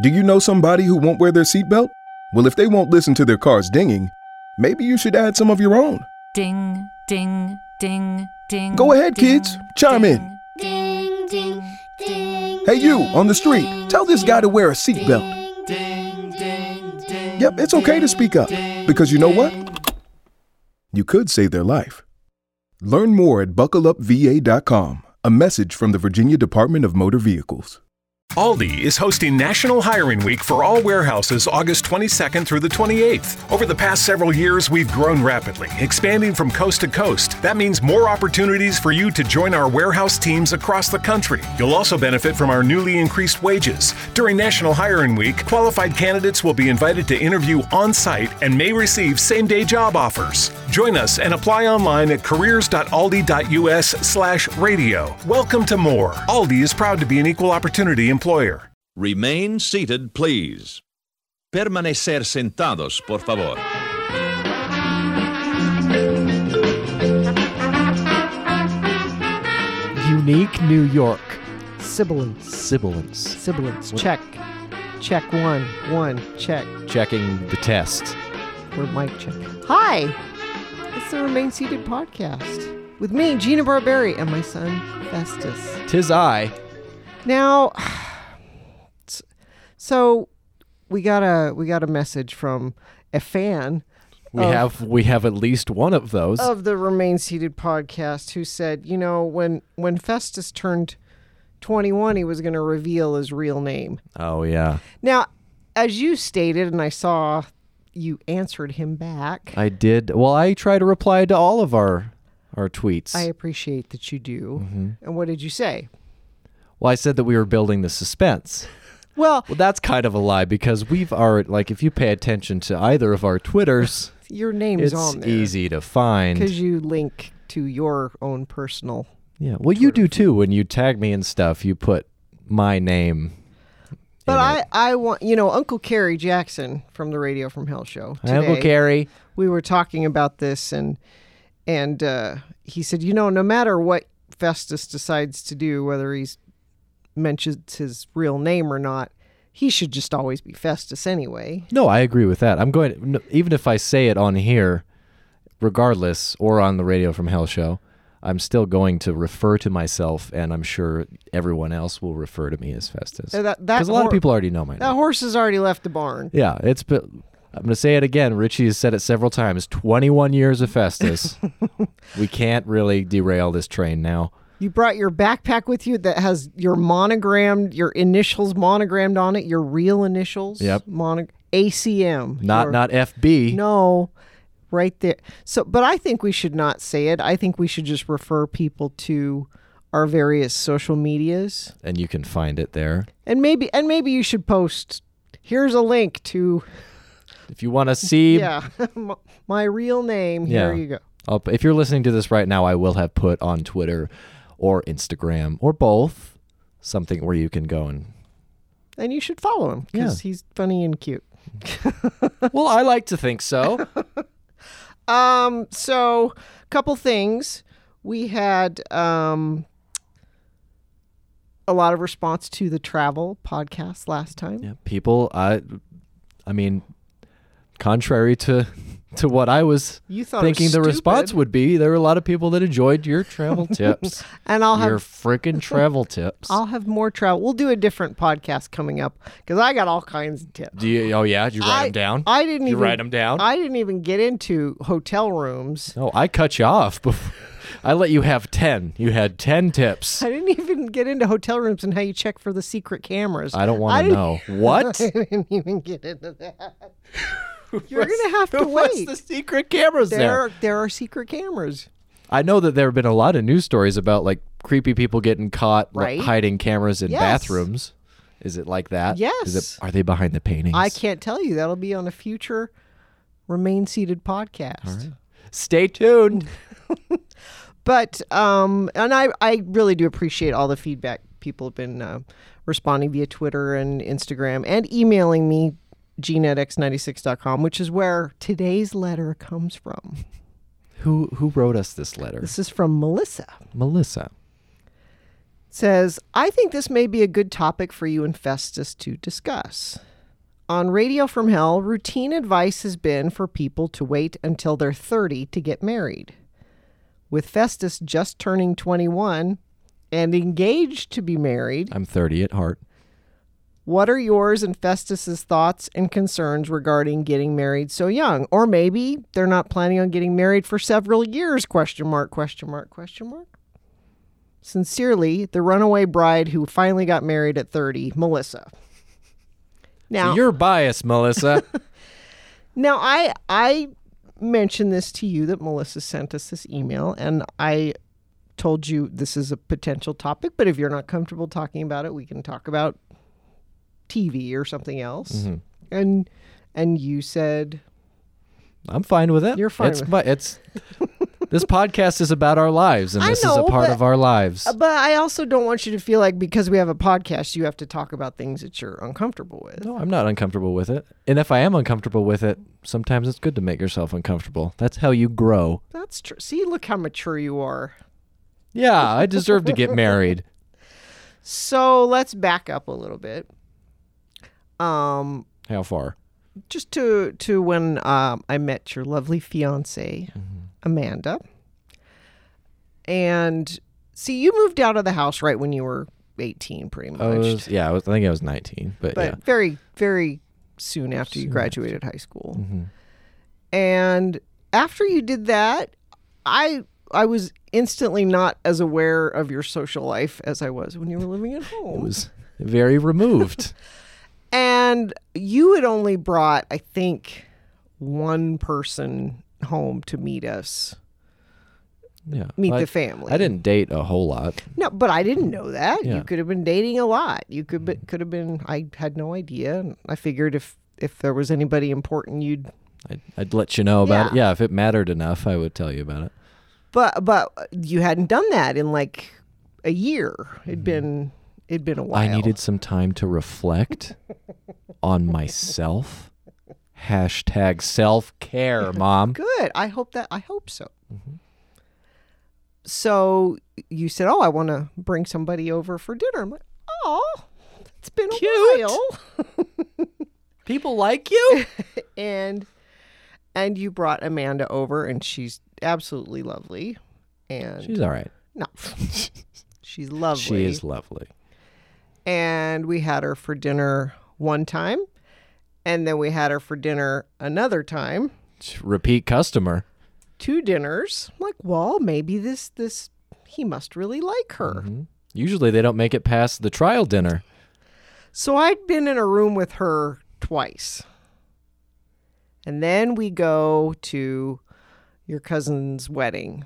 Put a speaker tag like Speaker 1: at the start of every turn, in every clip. Speaker 1: Do you know somebody who won't wear their seatbelt? Well, if they won't listen to their car's dinging, maybe you should add some of your own.
Speaker 2: Ding, ding, ding, ding.
Speaker 1: Go ahead,
Speaker 2: ding,
Speaker 1: kids. Chime in.
Speaker 2: ding.
Speaker 3: Ding, ding, ding.
Speaker 1: Hey, you
Speaker 3: ding,
Speaker 1: on the street, tell this guy to wear a seatbelt.
Speaker 3: Ding, ding, ding, ding.
Speaker 1: Yep, it's okay to speak up because you know what? You could save their life. Learn more at buckleupva.com, a message from the Virginia Department of Motor Vehicles.
Speaker 4: Aldi is hosting National Hiring Week for all warehouses August 22nd through the 28th. Over the past several years, we've grown rapidly, expanding from coast to coast. That means more opportunities for you to join our warehouse teams across the country. You'll also benefit from our newly increased wages. During National Hiring Week, qualified candidates will be invited to interview on site and may receive same day job offers. Join us and apply online at careers.aldi.us slash radio. Welcome to more. Aldi is proud to be an equal opportunity employer.
Speaker 5: Remain seated, please. Permanecer sentados, por favor.
Speaker 6: Unique New York.
Speaker 7: Sibilance.
Speaker 8: Sibilance.
Speaker 7: Sibilance. Check. Check one. One. Check.
Speaker 8: Checking the test.
Speaker 7: We're mic check. Hi. It's the Remain Seated podcast with me, Gina Barberi, and my son, Festus.
Speaker 8: Tis I.
Speaker 7: Now, s- so we got a we got a message from a fan
Speaker 8: We
Speaker 7: Of-
Speaker 8: have we have at least one of those.
Speaker 7: of the Remain Seated podcast who said, you know, when when Festus turned 21, he was going to reveal his real name.
Speaker 8: oh yeah.
Speaker 7: Now, as you stated, and I saw you answered him back.
Speaker 8: I did. Well, I try to reply to all of our our tweets.
Speaker 7: I appreciate that you do.
Speaker 8: Mm-hmm.
Speaker 7: And what did you say?
Speaker 8: well, I said that we were building the suspense.
Speaker 7: Well,
Speaker 8: Well, that's kind of a lie because we've are like if you pay attention to either of our twitters,
Speaker 7: your name's
Speaker 8: it's
Speaker 7: on there
Speaker 8: easy to find.
Speaker 7: because you link to your own personal.
Speaker 8: yeah. Well, you do too when you tag me and stuff. You put my name.
Speaker 7: But
Speaker 8: in
Speaker 7: I,
Speaker 8: it.
Speaker 7: I want you know Uncle Carrie Jackson from the Radio from Hell show.
Speaker 8: Hi, Uncle
Speaker 7: today,
Speaker 8: Gary.
Speaker 7: We were talking about this and and uh, he said, you know, no matter what Festus decides to do, whether he's mentions his real name or not, he should just always be Festus anyway.
Speaker 8: No, I agree with that. I'm going no, even if I say it on here, regardless, or on the Radio from Hell show, I'm still going to refer to myself, and I'm sure everyone else will refer to me as Festus.
Speaker 7: Uh, that- that
Speaker 8: Because a lot
Speaker 7: hor-
Speaker 8: of people already know my name.
Speaker 7: That horse has already left the barn.
Speaker 8: yeah, it's. But I'm going to say it again. Richie has said it several times. 21 years of Festus. we can't really derail this train now.
Speaker 7: You brought your backpack with you that has your monogrammed, your initials monogrammed on it, your real initials.
Speaker 8: Yep.
Speaker 7: Mono- ACM.
Speaker 8: Not
Speaker 7: your-
Speaker 8: not FB.
Speaker 7: No, right there. So, but I think we should not say it. I think we should just refer people to our various social medias,
Speaker 8: And you can find it there.
Speaker 7: and maybe, and maybe you should post. Here's a link to
Speaker 8: If you want to see
Speaker 7: yeah, m- my real name. Here
Speaker 8: Yeah.
Speaker 7: you go.
Speaker 8: I'll, if you're listening to this right now, I will have put on Twitter or Instagram or both something where you can go and.
Speaker 7: And you should follow him because he's funny and cute.
Speaker 8: well, I like to think so.
Speaker 7: Um, so a couple things. We had um a lot of response to the travel podcast last time.
Speaker 8: yeah, people, I, I mean, contrary to to what I was
Speaker 7: You thought it was
Speaker 8: thinking, the response
Speaker 7: stupid.
Speaker 8: would be there were a lot of people that enjoyed your travel tips,
Speaker 7: and I'll have
Speaker 8: your freaking travel tips.
Speaker 7: I'll have more travel. We'll do a different podcast coming up because I got all kinds of tips.
Speaker 8: Do you? Oh yeah, did you write
Speaker 7: I,
Speaker 8: them down?
Speaker 7: I didn't
Speaker 8: Did you
Speaker 7: even
Speaker 8: write them down.
Speaker 7: I didn't even get into hotel rooms.
Speaker 8: no, I cut you off before. I let you have ten. You had ten tips.
Speaker 7: I didn't even get into hotel rooms and how you check for the secret cameras.
Speaker 8: I don't
Speaker 7: I
Speaker 8: want to
Speaker 7: didn't-
Speaker 8: know what.
Speaker 7: I didn't even get into that. You're gonna have to wait.
Speaker 8: the secret cameras
Speaker 7: there,
Speaker 8: there?
Speaker 7: Are, there are secret cameras.
Speaker 8: I know that there have been a lot of news stories about like creepy people getting caught like,
Speaker 7: Right.
Speaker 8: hiding cameras in
Speaker 7: Yes.
Speaker 8: bathrooms. Is it like that? Is
Speaker 7: Yes.
Speaker 8: it, are they behind the paintings?
Speaker 7: I can't tell you. That'll be on a future Remain Seated podcast.
Speaker 8: Stay tuned.
Speaker 7: But um, and I I really do appreciate all the feedback people have been uh, responding via Twitter and Instagram and emailing me gina at x96.com which is where today's letter comes from
Speaker 8: Who who wrote us this letter?
Speaker 7: this is from melissa
Speaker 8: Melissa.
Speaker 7: It says, I think this may be a good topic for you and Festus to discuss. On Radio from Hell, routine advice has been for people to wait until they're 30 to get married. With Festus just turning 21 and engaged to be married,
Speaker 8: I'm 30 at heart.
Speaker 7: what are yours and Festus's thoughts and concerns regarding getting married so young? Or maybe they're not planning on getting married for several years? Question mark, question mark, question mark. Sincerely, the runaway bride who finally got married at 30, Melissa. Now,
Speaker 8: You're biased, Melissa.
Speaker 7: now I I mentioned this to you that Melissa sent us this email and I told you this is a potential topic, but if you're not comfortable talking about it, we can talk about TV or something else. And and you said
Speaker 8: I'm fine with it.
Speaker 7: You're fine
Speaker 8: It's
Speaker 7: with
Speaker 8: my, it's this podcast is about our lives, and
Speaker 7: I
Speaker 8: this is a
Speaker 7: know,
Speaker 8: part
Speaker 7: but-
Speaker 8: of our lives.
Speaker 7: "Uh, but I also don't want you to feel like because we have a podcast you have to talk about things that you're uncomfortable with.
Speaker 8: no, I'm not uncomfortable with it. And if I am uncomfortable with it, sometimes it's good to make yourself uncomfortable. That's how you grow.
Speaker 7: That's true. See, look how mature you are.
Speaker 8: Yeah, I deserve to get married.
Speaker 7: So let's back up a little bit. Um,
Speaker 8: How far?
Speaker 7: just to to when um, I met your lovely fiance,
Speaker 8: Mm-hmm.
Speaker 7: Amanda. And see, you moved out of the house right when you were eighteen, pretty much,
Speaker 8: I was- yeah, I, was, I think I was 19, but,
Speaker 7: but
Speaker 8: yeah.
Speaker 7: very very soon after you graduated high school.
Speaker 8: Mm-hmm.
Speaker 7: And after you did that, I I was instantly not as aware of your social life as I was when you were living at home.
Speaker 8: It was very removed.
Speaker 7: And you had only brought, I think, one person home to meet us.
Speaker 8: Yeah.
Speaker 7: Meet the
Speaker 8: Like,
Speaker 7: family.
Speaker 8: I didn't date a whole lot.
Speaker 7: No, but I didn't know that.
Speaker 8: Yeah. Mm.
Speaker 7: You could have been dating a lot. You could be, could have been. I had no idea. And I figured if if there was anybody important, you'd.
Speaker 8: I'd, I'd let you know about it.
Speaker 7: Yeah.
Speaker 8: Yeah, if it mattered enough, I would tell you about it.
Speaker 7: But but you hadn't done that in like a year. It'd been it'd been a while.
Speaker 8: Mm-hmm. I needed some time to reflect on myself. Hashtag self care, mom.
Speaker 7: good. I hope that I hope so.
Speaker 8: Mm-hmm.
Speaker 7: So you said, "Oh, I want to bring somebody over for dinner." I'm like, "Oh, it's been a while."
Speaker 8: People like you.
Speaker 7: And and you brought Amanda over, and she's absolutely lovely. And
Speaker 8: She's all right.
Speaker 7: no, she's lovely.
Speaker 8: She is lovely.
Speaker 7: and we had her for dinner one time, and then we had her for dinner another time.
Speaker 8: Repeat customer.
Speaker 7: Two dinners. I'm like, well, maybe this this he must really like her.
Speaker 8: Mm-hmm. Usually they don't make it past the trial dinner.
Speaker 7: So I'd been in a room with her twice. And then we go to your cousin's wedding.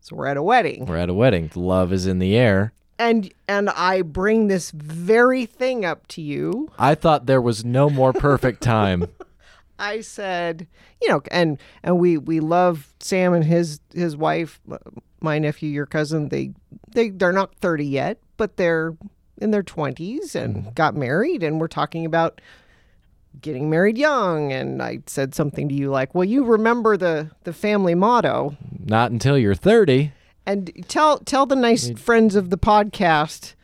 Speaker 7: So we're at a wedding.
Speaker 8: We're at a wedding. Love is in the air.
Speaker 7: And and I bring this very thing up to you.
Speaker 8: I thought there was no more perfect time.
Speaker 7: I said, you know, and and we we love Sam and his his wife, my nephew, your cousin. They they they're not 30 yet, but they're in their 20s and
Speaker 8: Mm-hmm.
Speaker 7: got married and we're talking about getting married young and I said something to you like, "Well, you remember the the family motto
Speaker 8: Not until you're 30.
Speaker 7: and tell tell the nice friends of the podcast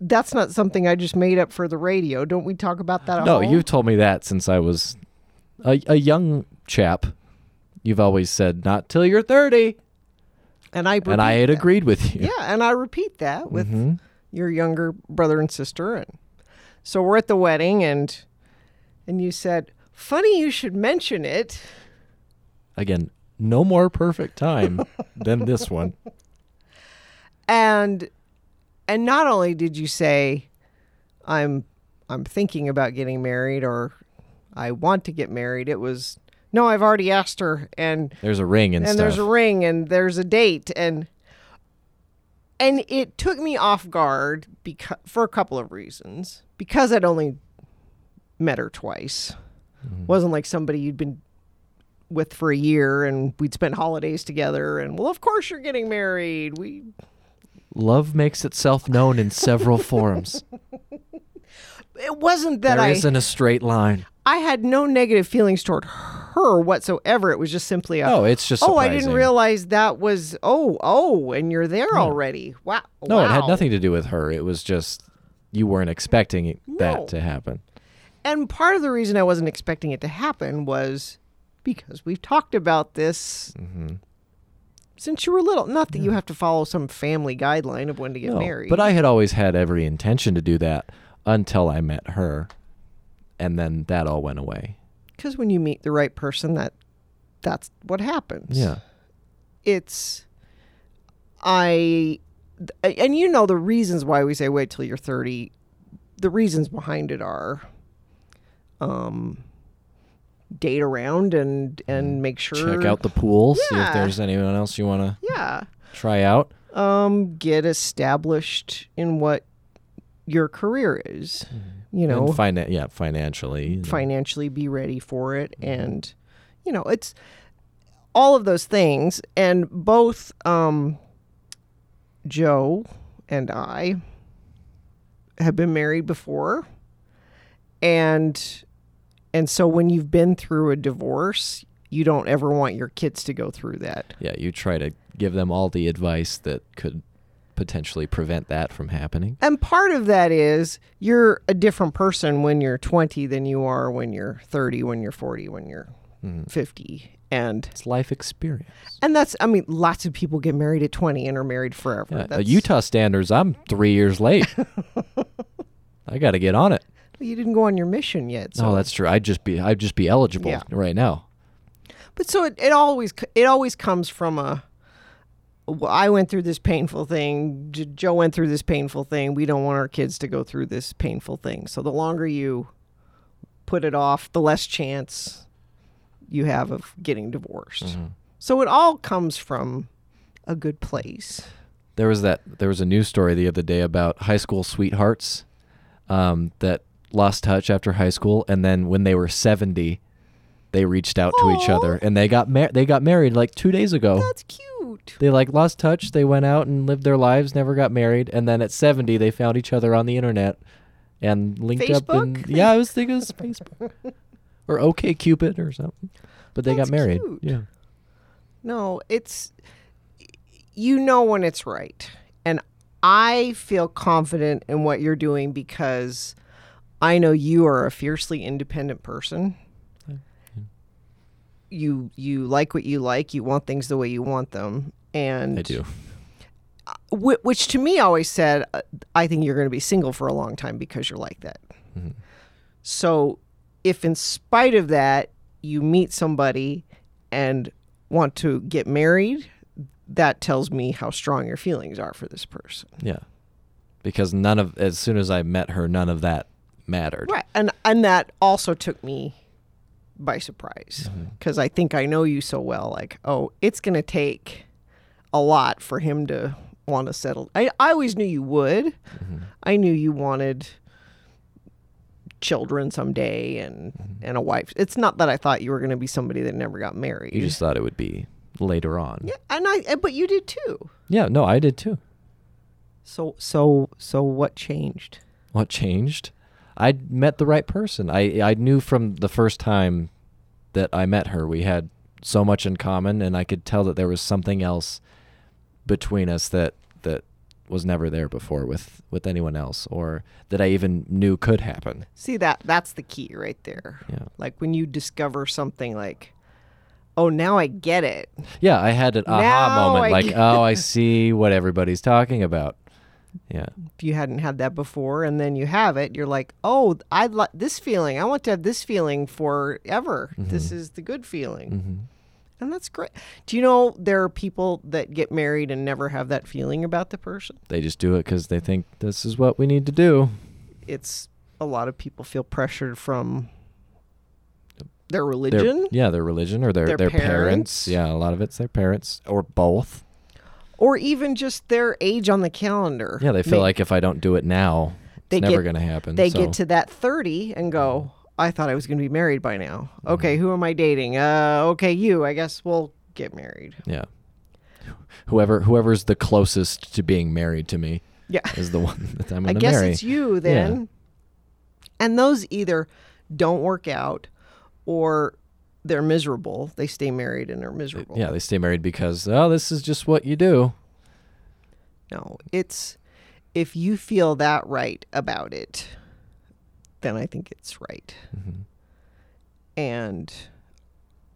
Speaker 7: that's not something I just made up for the radio. Don't we talk about that at
Speaker 8: No,
Speaker 7: home?"
Speaker 8: you've told me that since I was a, a young chap. You've always said, not till you're 30.
Speaker 7: and I
Speaker 8: And I
Speaker 7: repeat
Speaker 8: had
Speaker 7: that.
Speaker 8: agreed with you.
Speaker 7: Yeah, and I repeat that with your younger brother and sister and so we're at the wedding and and you said, "Funny you should mention it."
Speaker 8: Again, no more perfect time than this one.
Speaker 7: And and not only did you say I'm I'm thinking about getting married or I want to get married, it was no, I've already asked her and
Speaker 8: There's a ring and,
Speaker 7: and
Speaker 8: stuff.
Speaker 7: there's a ring and there's a date and and it took me off guard because for a couple of reasons because i'd only met her twice
Speaker 8: Mm-hmm.
Speaker 7: wasn't like somebody you'd been with for a year and we'd spent holidays together and well of course you're getting married we
Speaker 8: Love makes itself known in several forms.
Speaker 7: it wasn't that
Speaker 8: There
Speaker 7: i
Speaker 8: isn't a straight line.
Speaker 7: i had no negative feelings toward her her whatsoever. It was just simply a
Speaker 8: No, it's just
Speaker 7: oh, I didn't
Speaker 8: surprising. Hmm.
Speaker 7: realize that was oh oh, and you're there already. Wow.
Speaker 8: No, it had
Speaker 7: wow.
Speaker 8: nothing to do with her. It was just you weren't expecting it-
Speaker 7: No.
Speaker 8: that to happen.
Speaker 7: And part of the reason I wasn't expecting it to happen was because we've talked about this
Speaker 8: Mm-hmm.
Speaker 7: since you were little. Not that you have to follow some family guideline of when to get
Speaker 8: No,
Speaker 7: married.
Speaker 8: But I had always had every intention to do that until I met her, and then that all went away.
Speaker 7: because when you meet the right person, that that's what happens.
Speaker 8: Yeah.
Speaker 7: it's I th- and you know the reasons why we say wait till you're 30 the reasons behind it are um date around and and make sure
Speaker 8: Mm. Check out the pool, see
Speaker 7: Yeah.
Speaker 8: if there's anyone else you want to
Speaker 7: yeah
Speaker 8: try out.
Speaker 7: um get established in what your career is you know
Speaker 8: and finan- yeah, financially. you know.
Speaker 7: financially be ready for it and you know it's all of those things and both um joe and i have been married before and and so when you've been through a divorce you don't ever want your kids to go through that
Speaker 8: Yeah, you try to give them all the advice that could potentially prevent that from happening.
Speaker 7: and part of that is you're a different person when you're 20 than you are when you're 30 when you're 40 when you're
Speaker 8: Mm-hmm.
Speaker 7: 50 and
Speaker 8: It's life experience.
Speaker 7: And that's, I mean, lots of people get married at 20 and are married forever.
Speaker 8: Yeah, at
Speaker 7: that's,
Speaker 8: Utah standards, I'm three years late. I got to get on it.
Speaker 7: You didn't go on your mission yet. So.
Speaker 8: No, Oh, that's true. I'd just be I'd just be eligible
Speaker 7: Yeah.
Speaker 8: right now.
Speaker 7: But so it, it always c- it always comes from a, well, I went through this painful thing. J- Joe went through this painful thing. We don't want our kids to go through this painful thing. So the longer you put it off, the less chance you have of getting divorced. So it all comes from a good place.
Speaker 8: There was that there was a news story the other day about high school sweethearts um, that lost touch after high school and then when they were 70 they reached out to each other and they got mar- they got married like 2 days ago.
Speaker 7: That's cute.
Speaker 8: they like lost touch, they went out and lived their lives, never got married and then at 70 they found each other on the internet and linked up and
Speaker 7: Facebook?
Speaker 8: yeah, I was thinking it was Facebook or OK Cupid or something. But they
Speaker 7: That's
Speaker 8: got married.
Speaker 7: cute.
Speaker 8: Yeah.
Speaker 7: No, it's you know when it's right. And I feel confident in what you're doing because I know you are a fiercely independent person. You you like what you like, you want things the way you want them. And
Speaker 8: I do.
Speaker 7: whi- which to me always said, uh, I think you're going to be single for a long time because you're like that. So, if in spite of that you meet somebody and want to get married, that tells me how strong your feelings are for this person.
Speaker 8: Yeah. Because none of as soon as I met her, none of that mattered.
Speaker 7: Right. And and that also took me by surprise
Speaker 8: Mm-hmm.
Speaker 7: because I think I know you so well. Like, oh, it's going to take a lot for him to want to settle. I, I always knew you would.
Speaker 8: Mm-hmm.
Speaker 7: I knew you wanted children someday and and a wife. It's not that I thought you were going to be somebody that never got married.
Speaker 8: Mm-hmm. You just thought it would be later on. Yeah.
Speaker 7: and I but you did too.
Speaker 8: no, I did too.
Speaker 7: So so so what changed?
Speaker 8: What changed? I met the right person. I I knew from the first time that I met her, we had so much in common and I could tell that there was something else between us that that was never there before with with anyone else or that I even knew could happen.
Speaker 7: See that that's the key right there.
Speaker 8: Yeah.
Speaker 7: Like when you discover something like oh now I get it.
Speaker 8: Yeah, I had an aha
Speaker 7: Now
Speaker 8: moment
Speaker 7: I
Speaker 8: like,
Speaker 7: get-
Speaker 8: "Oh, I see what everybody's talking about." Yeah.
Speaker 7: If you hadn't had that before and then you have it, you're like, "Oh, I like this feeling. I want to have this feeling forever.
Speaker 8: Mm-hmm.
Speaker 7: This is the good feeling." And that's great. Do you know there are people that get married and never have that feeling about the person?
Speaker 8: They just do it because they think this is what we need to do.
Speaker 7: It's a lot of people feel pressured from their
Speaker 8: Their-
Speaker 7: religion
Speaker 8: yeah, their religion or their,
Speaker 7: Their
Speaker 8: their,
Speaker 7: parents.
Speaker 8: parents. Yeah, a lot of it's their parents or both.
Speaker 7: or even just their age on the calendar.
Speaker 8: Yeah, they feel
Speaker 7: Ma-
Speaker 8: like if I don't do it now,
Speaker 7: They
Speaker 8: it's never
Speaker 7: get-
Speaker 8: going to happen.
Speaker 7: they
Speaker 8: so.
Speaker 7: get to that 30 and go i thought i was going to be married by now
Speaker 8: Mm-hmm.
Speaker 7: okay who am i dating uh okay you i guess we'll get married
Speaker 8: yeah. Whoever whoever's the closest to being married to me
Speaker 7: yeah
Speaker 8: is the one that I'm
Speaker 7: i
Speaker 8: going to
Speaker 7: guess
Speaker 8: marry.
Speaker 7: it's you then and those either don't work out or they're miserable. They stay married and are miserable.
Speaker 8: Yeah, they stay married because oh, this is just what you do.
Speaker 7: No, it's if you feel that right about it, then I think it's right.
Speaker 8: Mm-hmm.
Speaker 7: And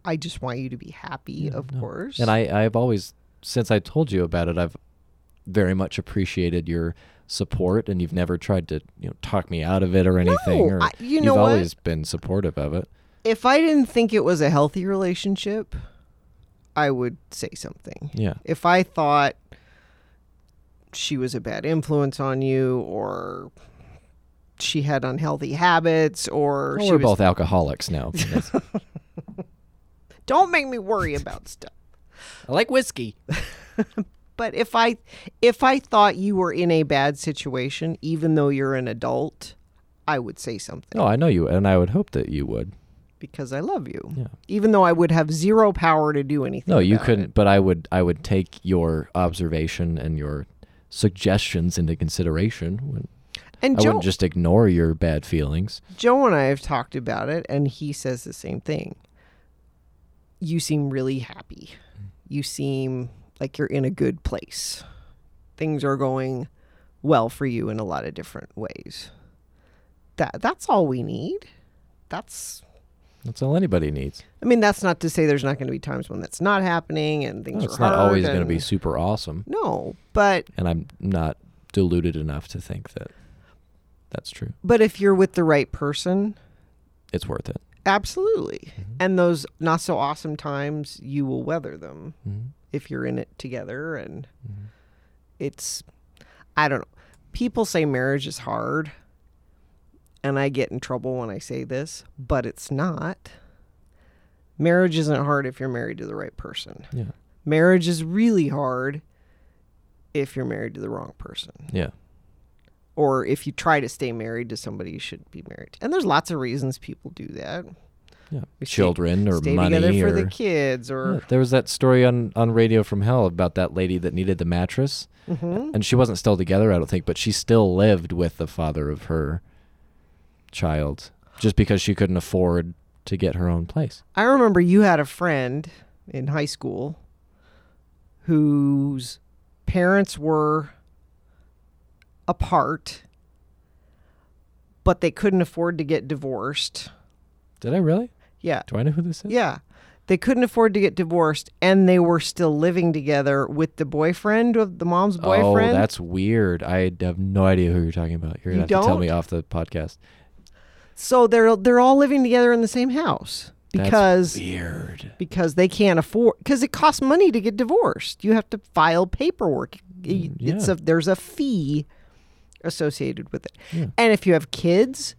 Speaker 7: I just want you to be happy, of course.
Speaker 8: And I, I've always, since I told you about it, I've very much appreciated your support, and you've never tried to, you know, talk me out of it or anything. or
Speaker 7: I- you
Speaker 8: have
Speaker 7: know what?
Speaker 8: always been supportive of it.
Speaker 7: if I didn't think it was a healthy relationship, I would say something.
Speaker 8: Yeah.
Speaker 7: If I thought she was a bad influence on you or she had unhealthy habits or
Speaker 8: Well,
Speaker 7: she
Speaker 8: we're
Speaker 7: was-
Speaker 8: both alcoholics now. That's-
Speaker 7: don't make me worry about stuff.
Speaker 8: I like whiskey.
Speaker 7: But if I if I thought you were in a bad situation, even though you're an adult, I would say something
Speaker 8: No, I know you, and I would hope that you would.
Speaker 7: because I love you.
Speaker 8: Yeah.
Speaker 7: Even though I would have zero power to do anything.
Speaker 8: No, you
Speaker 7: about it.
Speaker 8: couldn't. But I would. I would take your observation and your suggestions into consideration. When,
Speaker 7: And
Speaker 8: I
Speaker 7: Joe,
Speaker 8: wouldn't just ignore your bad feelings.
Speaker 7: Joe and I have talked about it, and he says the same thing. You seem really happy. You seem like you're in a good place. Things are going well for you in a lot of different ways. That that's all we need. That's
Speaker 8: That's all anybody needs.
Speaker 7: I mean, that's not to say there's not going to be times when that's not happening and things
Speaker 8: No, it's
Speaker 7: are
Speaker 8: not
Speaker 7: hard
Speaker 8: always going to
Speaker 7: and-
Speaker 8: be super awesome,
Speaker 7: No, but
Speaker 8: and I'm not deluded enough to think that that's true.
Speaker 7: but if you're with the right person,
Speaker 8: It's worth it.
Speaker 7: absolutely. And those not so awesome times, you will weather them if you're in it together. And it's, I don't know. People say marriage is hard, and I get in trouble when I say this, but it's not. Marriage isn't hard if you're married to the right person.
Speaker 8: Yeah.
Speaker 7: Marriage is really hard if you're married to the wrong person.
Speaker 8: Yeah.
Speaker 7: or if you try to stay married to somebody you shouldn't be married to. and there's lots of reasons people do that
Speaker 8: Yeah.
Speaker 7: We stay-
Speaker 8: Children or
Speaker 7: stay
Speaker 8: money
Speaker 7: together
Speaker 8: or
Speaker 7: for the kids or
Speaker 8: Yeah, there was that story on, on Radio from Hell about that lady that needed the mattress,
Speaker 7: Mm-hmm.
Speaker 8: and she wasn't still together, I don't think, but she still lived with the father of her child just because she couldn't afford to get her own place.
Speaker 7: i remember you had a friend in high school whose parents were apart but they couldn't afford to get divorced
Speaker 8: Did I really?
Speaker 7: yeah
Speaker 8: Do I know who this is?
Speaker 7: yeah they couldn't afford to get divorced and they were still living together with the boyfriend of the mom's boyfriend
Speaker 8: Oh, that's weird. I have no idea who you're talking about. You're
Speaker 7: You
Speaker 8: gonna have to tell
Speaker 7: don't?
Speaker 8: me off the podcast.
Speaker 7: So they're they're all living together in the same house
Speaker 8: That's
Speaker 7: because
Speaker 8: weird.
Speaker 7: because they can't afford because it costs money to get divorced. You have to file paperwork. It- It's
Speaker 8: Mm, yeah.
Speaker 7: a there's a fee associated with it, and if you have kids,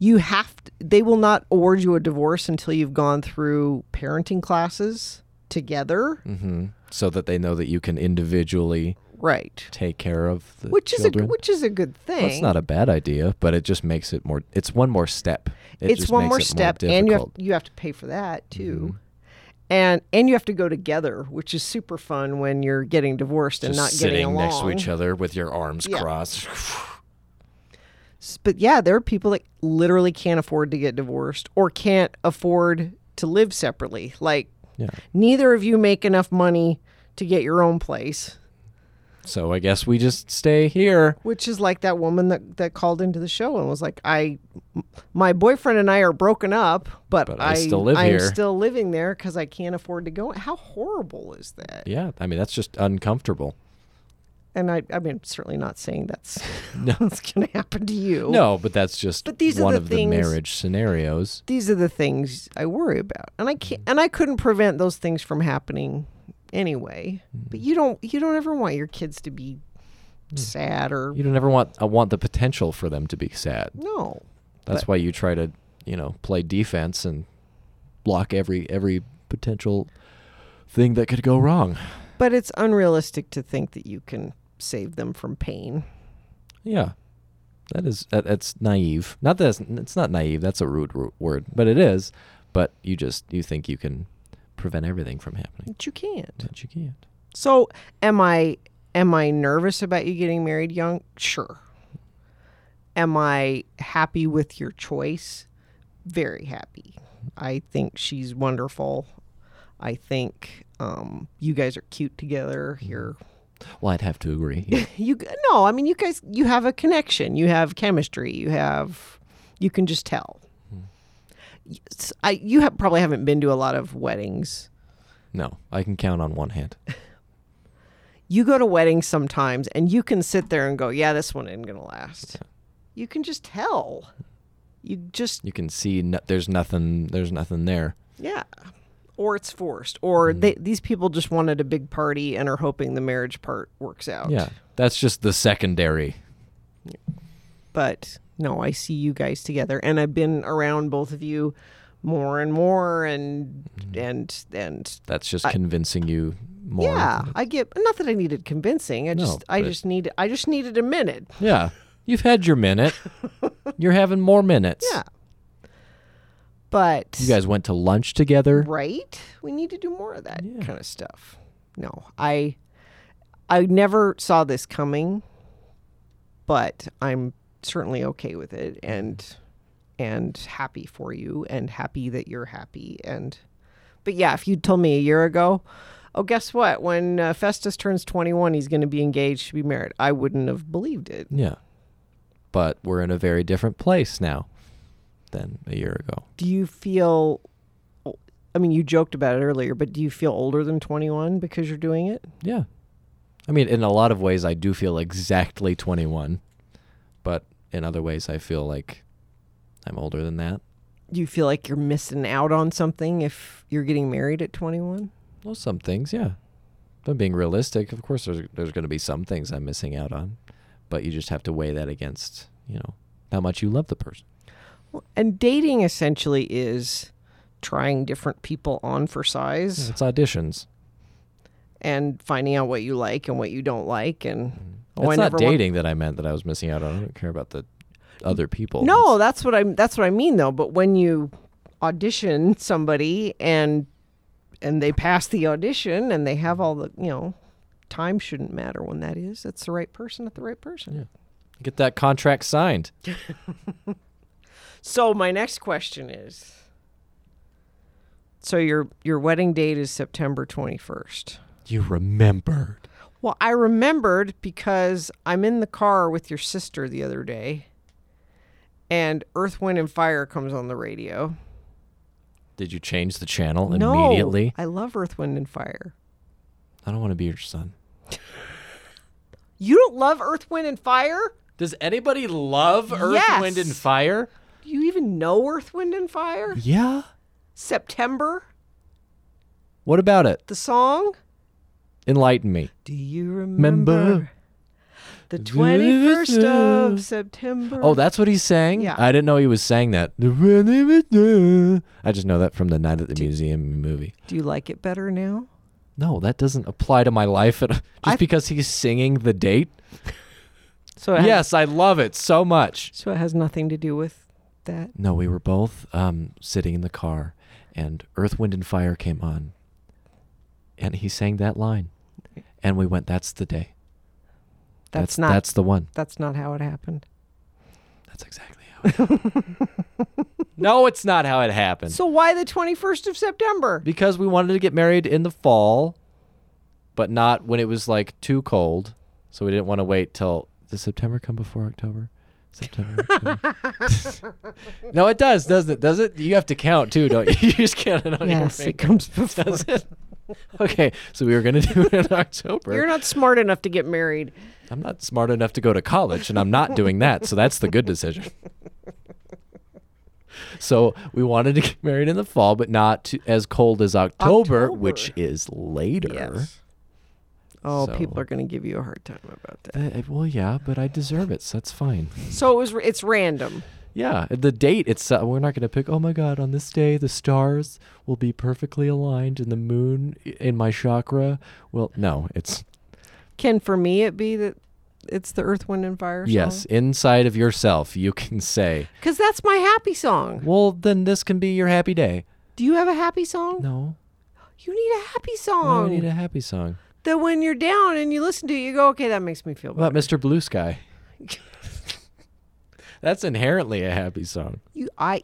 Speaker 7: you have to, they will not award you a divorce until you've gone through parenting classes together.
Speaker 8: Mm. Hmm. So that they know that you can individually
Speaker 7: Right,
Speaker 8: take care of the
Speaker 7: which is a
Speaker 8: children.
Speaker 7: which is a good thing.
Speaker 8: That's not a bad idea, but it just makes it more. It's one more step. It
Speaker 7: it's
Speaker 8: just
Speaker 7: one
Speaker 8: makes
Speaker 7: more
Speaker 8: it Mm-hmm.
Speaker 7: step and you have, you have to pay for that too and and you have to go together which is super fun when you're getting divorced and
Speaker 8: just
Speaker 7: not
Speaker 8: sitting
Speaker 7: getting along
Speaker 8: next to each other with your arms
Speaker 7: Yeah.
Speaker 8: crossed.
Speaker 7: S- but yeah there are people that literally can't afford to get divorced or can't afford to live separately like
Speaker 8: Yeah.
Speaker 7: neither of you make enough money to get your own place
Speaker 8: So I guess we just stay here.
Speaker 7: which is like that woman that, that called into the show and was like i my boyfriend and i are broken up but,
Speaker 8: But I still live
Speaker 7: I'm
Speaker 8: here."
Speaker 7: still living there because i can't afford to go how horrible is that
Speaker 8: Yeah, I mean that's just uncomfortable.
Speaker 7: and I, I mean, certainly not saying that's
Speaker 8: No.
Speaker 7: that's going to happen to you.
Speaker 8: No, but that's just
Speaker 7: But these are
Speaker 8: one
Speaker 7: the
Speaker 8: of
Speaker 7: things-
Speaker 8: the marriage scenarios.
Speaker 7: these are the things I worry about, and I can't, and I couldn't prevent those things from happening anyway. But you don't, you don't ever want your kids to be sad or
Speaker 8: You don't ever want I want the potential for them to be sad.
Speaker 7: no.
Speaker 8: That's why you try to, you know, play defense and block every every potential thing that could go wrong.
Speaker 7: But it's unrealistic to think that you can save them from pain.
Speaker 8: Yeah, that is that, that's naive. Not that it's, it's not naive. That's a rude ru- word, but it is. But you just you think you can prevent everything from happening,
Speaker 7: But you can't.
Speaker 8: but you can't.
Speaker 7: So am I am I nervous about you getting married young? Sure. Am I happy with your choice? Very happy. I think she's wonderful. I think um, you guys are cute together. You're
Speaker 8: Well, I'd have to agree. Yeah.
Speaker 7: you g- no, I mean you guys you have a connection. You have chemistry. You have you can just tell. Yes, I you have, probably haven't been to a lot of weddings.
Speaker 8: no, I can count on one hand.
Speaker 7: You go to weddings sometimes and you can sit there and go, yeah, this one isn't going to last. You can just tell. You just
Speaker 8: You can see no, there's nothing. There's nothing there.
Speaker 7: Yeah. Or it's forced, or
Speaker 8: Mm-hmm.
Speaker 7: they, these people just wanted a big party and are hoping the marriage part works out.
Speaker 8: Yeah, that's just the secondary.
Speaker 7: But no, I see you guys together, and I've been around both of you more and more, and and and
Speaker 8: That's just convincing you Mm-hmm. more.
Speaker 7: yeah, I get not that I needed convincing. I just I
Speaker 8: but-
Speaker 7: just need I just needed a minute.
Speaker 8: Yeah. You've had your minute. You're having more minutes.
Speaker 7: Yeah. But
Speaker 8: You guys went to lunch together.
Speaker 7: right we need to do more of that kind of stuff no i i never saw this coming but i'm certainly okay with it and and happy for you and happy that you're happy and but yeah if you'd told me a year ago oh guess what when uh, festus turns 21 he's going to be engaged to be married i wouldn't have believed it
Speaker 8: Yeah. But we're in a very different place now than a year ago.
Speaker 7: do you feel i mean you joked about it earlier but do you feel older than 21 because you're doing it
Speaker 8: Yeah. I mean, in a lot of ways, I do feel exactly 21. But in other ways, I feel like I'm older than that.
Speaker 7: Do you feel like you're missing out on something if you're getting married at 21?
Speaker 8: Well, some things, yeah. If I'm being realistic. Of course, there's, there's going to be some things I'm missing out on. But you just have to weigh that against, you know, how much you love the person.
Speaker 7: And dating essentially is trying different people on for size
Speaker 8: It's auditions.
Speaker 7: and finding out what you like and what you don't like and Oh,
Speaker 8: It's
Speaker 7: I
Speaker 8: Hmm. not
Speaker 7: never wa-
Speaker 8: dating that I meant that I was missing out on. I don't care about the other people.
Speaker 7: No, that's what I'm that's what I mean though, but when you audition somebody and and they pass the audition and they have all the, you know, time shouldn't matter when that is. It's the right person at the right person.
Speaker 8: Get that contract signed.
Speaker 7: So my next question is So your your wedding date is September 21st.
Speaker 8: You remembered.
Speaker 7: Well, I remembered because I'm in the car with your sister the other day and Earth Wind and Fire comes on the radio.
Speaker 8: Did you change the channel
Speaker 7: No,
Speaker 8: immediately?
Speaker 7: I love Earth Wind and Fire.
Speaker 8: I don't want to be your son.
Speaker 7: You don't love Earth Wind and Fire?
Speaker 8: Does anybody love Earth,
Speaker 7: Yes.
Speaker 8: Wind, and Fire?
Speaker 7: Do you even know Earth Wind and Fire?
Speaker 8: Yeah.
Speaker 7: September,
Speaker 8: What about it?
Speaker 7: the song?
Speaker 8: Enlighten me.
Speaker 7: Do you
Speaker 8: Remember
Speaker 7: remember the 21st of September?
Speaker 8: Oh, that's what he's saying?
Speaker 7: Yeah.
Speaker 8: I didn't know he was saying that. I just know that from the Night at the Museum movie.
Speaker 7: Do you like it better now?
Speaker 8: No, that doesn't apply to my life at Just
Speaker 7: I-
Speaker 8: because he's singing the date?
Speaker 7: So it has-
Speaker 8: Yes, I love it so much.
Speaker 7: so it has nothing to do with that.
Speaker 8: No, we were both um, sitting in the car, and Earth, Wind, and Fire came on, and he sang that line, and we went, "That's the day.
Speaker 7: That's, not.
Speaker 8: That's
Speaker 7: That's
Speaker 8: the one.
Speaker 7: that's not how it happened.
Speaker 8: That's exactly how." It happened. no, it's not how it happened.
Speaker 7: So why the 21st of September?
Speaker 8: because we wanted to get married in the fall, but not when it was like too cold, so we didn't want to wait till does September come before October? September. October. no, it does, doesn't it? Does it? You have to count too, don't you? You just count it on your
Speaker 7: yes,
Speaker 8: finger.
Speaker 7: it comes before.
Speaker 8: Does it? Okay, so we were gonna do it in October.
Speaker 7: You're not smart enough to get married.
Speaker 8: I'm not smart enough to go to college, and I'm not doing that, so that's the good decision. So we wanted to get married in the fall, but not to, as cold as October, which is later.
Speaker 7: Oh,
Speaker 8: So-
Speaker 7: people are going to give you a hard time about that.
Speaker 8: Uh, well, yeah, but I deserve it, so that's fine.
Speaker 7: So it was. It's random.
Speaker 8: Yeah, the date it's uh, we're not going to pick. Oh my god, on this day the stars will be perfectly aligned and the moon i- in my chakra. Well, no, it's
Speaker 7: Can for me it be that it's the Earth, Wind, and Fire?
Speaker 8: yes, inside of yourself you can say,
Speaker 7: Because that's my happy song.
Speaker 8: "Well, then this can be your happy day."
Speaker 7: Do you have a happy song?
Speaker 8: No.
Speaker 7: You need a happy
Speaker 8: Why do
Speaker 7: song.
Speaker 8: we need a happy song?
Speaker 7: that when you're down and you listen to it, you go, okay, that makes me feel
Speaker 8: What
Speaker 7: better.
Speaker 8: about Mr. Blue Sky? That's inherently a happy song.
Speaker 7: You, I,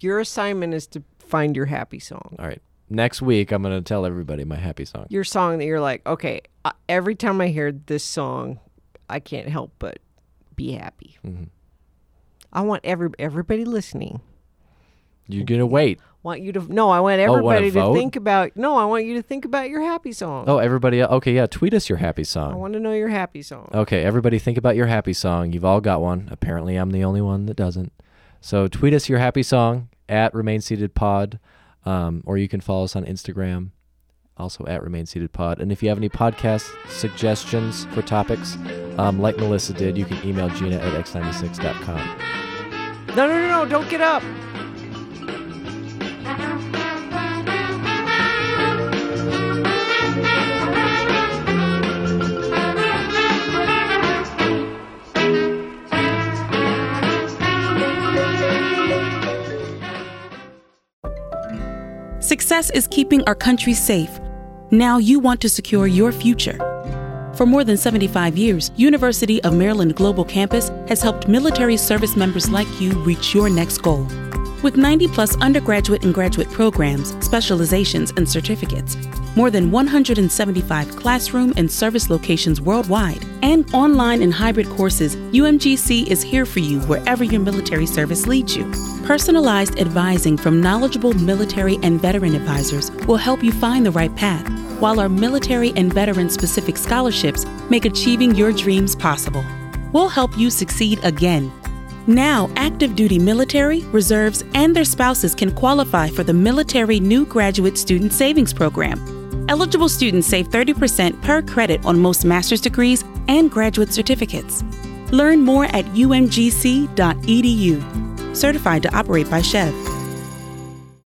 Speaker 7: your assignment is to find your happy song.
Speaker 8: All right. Next week, I'm going to tell everybody my happy song.
Speaker 7: Your song that you're like, okay, uh, every time I hear this song, I can't help but be happy.
Speaker 8: Mm-hmm.
Speaker 7: I want every everybody listening.
Speaker 8: You're going to wait.
Speaker 7: Want you to no, I want
Speaker 8: Oh, wanna
Speaker 7: everybody to
Speaker 8: vote?
Speaker 7: think about no, I want you to think about your happy song.
Speaker 8: Oh, everybody. Okay, yeah. Tweet us your happy
Speaker 7: I
Speaker 8: song.
Speaker 7: want to know your happy song.
Speaker 8: Okay, everybody, think about your happy song. You've all got one. Apparently, I'm the only one that doesn't. So tweet us your happy song at Remain Seated Pod, um, or you can follow us on Instagram, also at Remain Seated Pod. And if you have any podcast suggestions for topics, um, like Melissa did, you can email Gina at x96.com.
Speaker 7: No, no, no, no, don't get up.
Speaker 9: Success is keeping our country safe. Now you want to secure your future. For more than 75 years, University of Maryland Global Campus has helped military service members like you reach your next goal. With 90 plus undergraduate and graduate programs, specializations, and certificates, more than 175 classroom and service locations worldwide, and online and hybrid courses, UMGC is here for you wherever your military service leads you. Personalized advising from knowledgeable military and veteran advisors will help you find the right path, while our military and veteran specific scholarships make achieving your dreams possible. We'll help you succeed again. Now, active duty military, reserves, and their spouses can qualify for the Military New Graduate Student Savings Program. Eligible students save 30% per credit on most master's degrees and graduate certificates. E Learn more at umgc.edu. Certified to operate by Chev.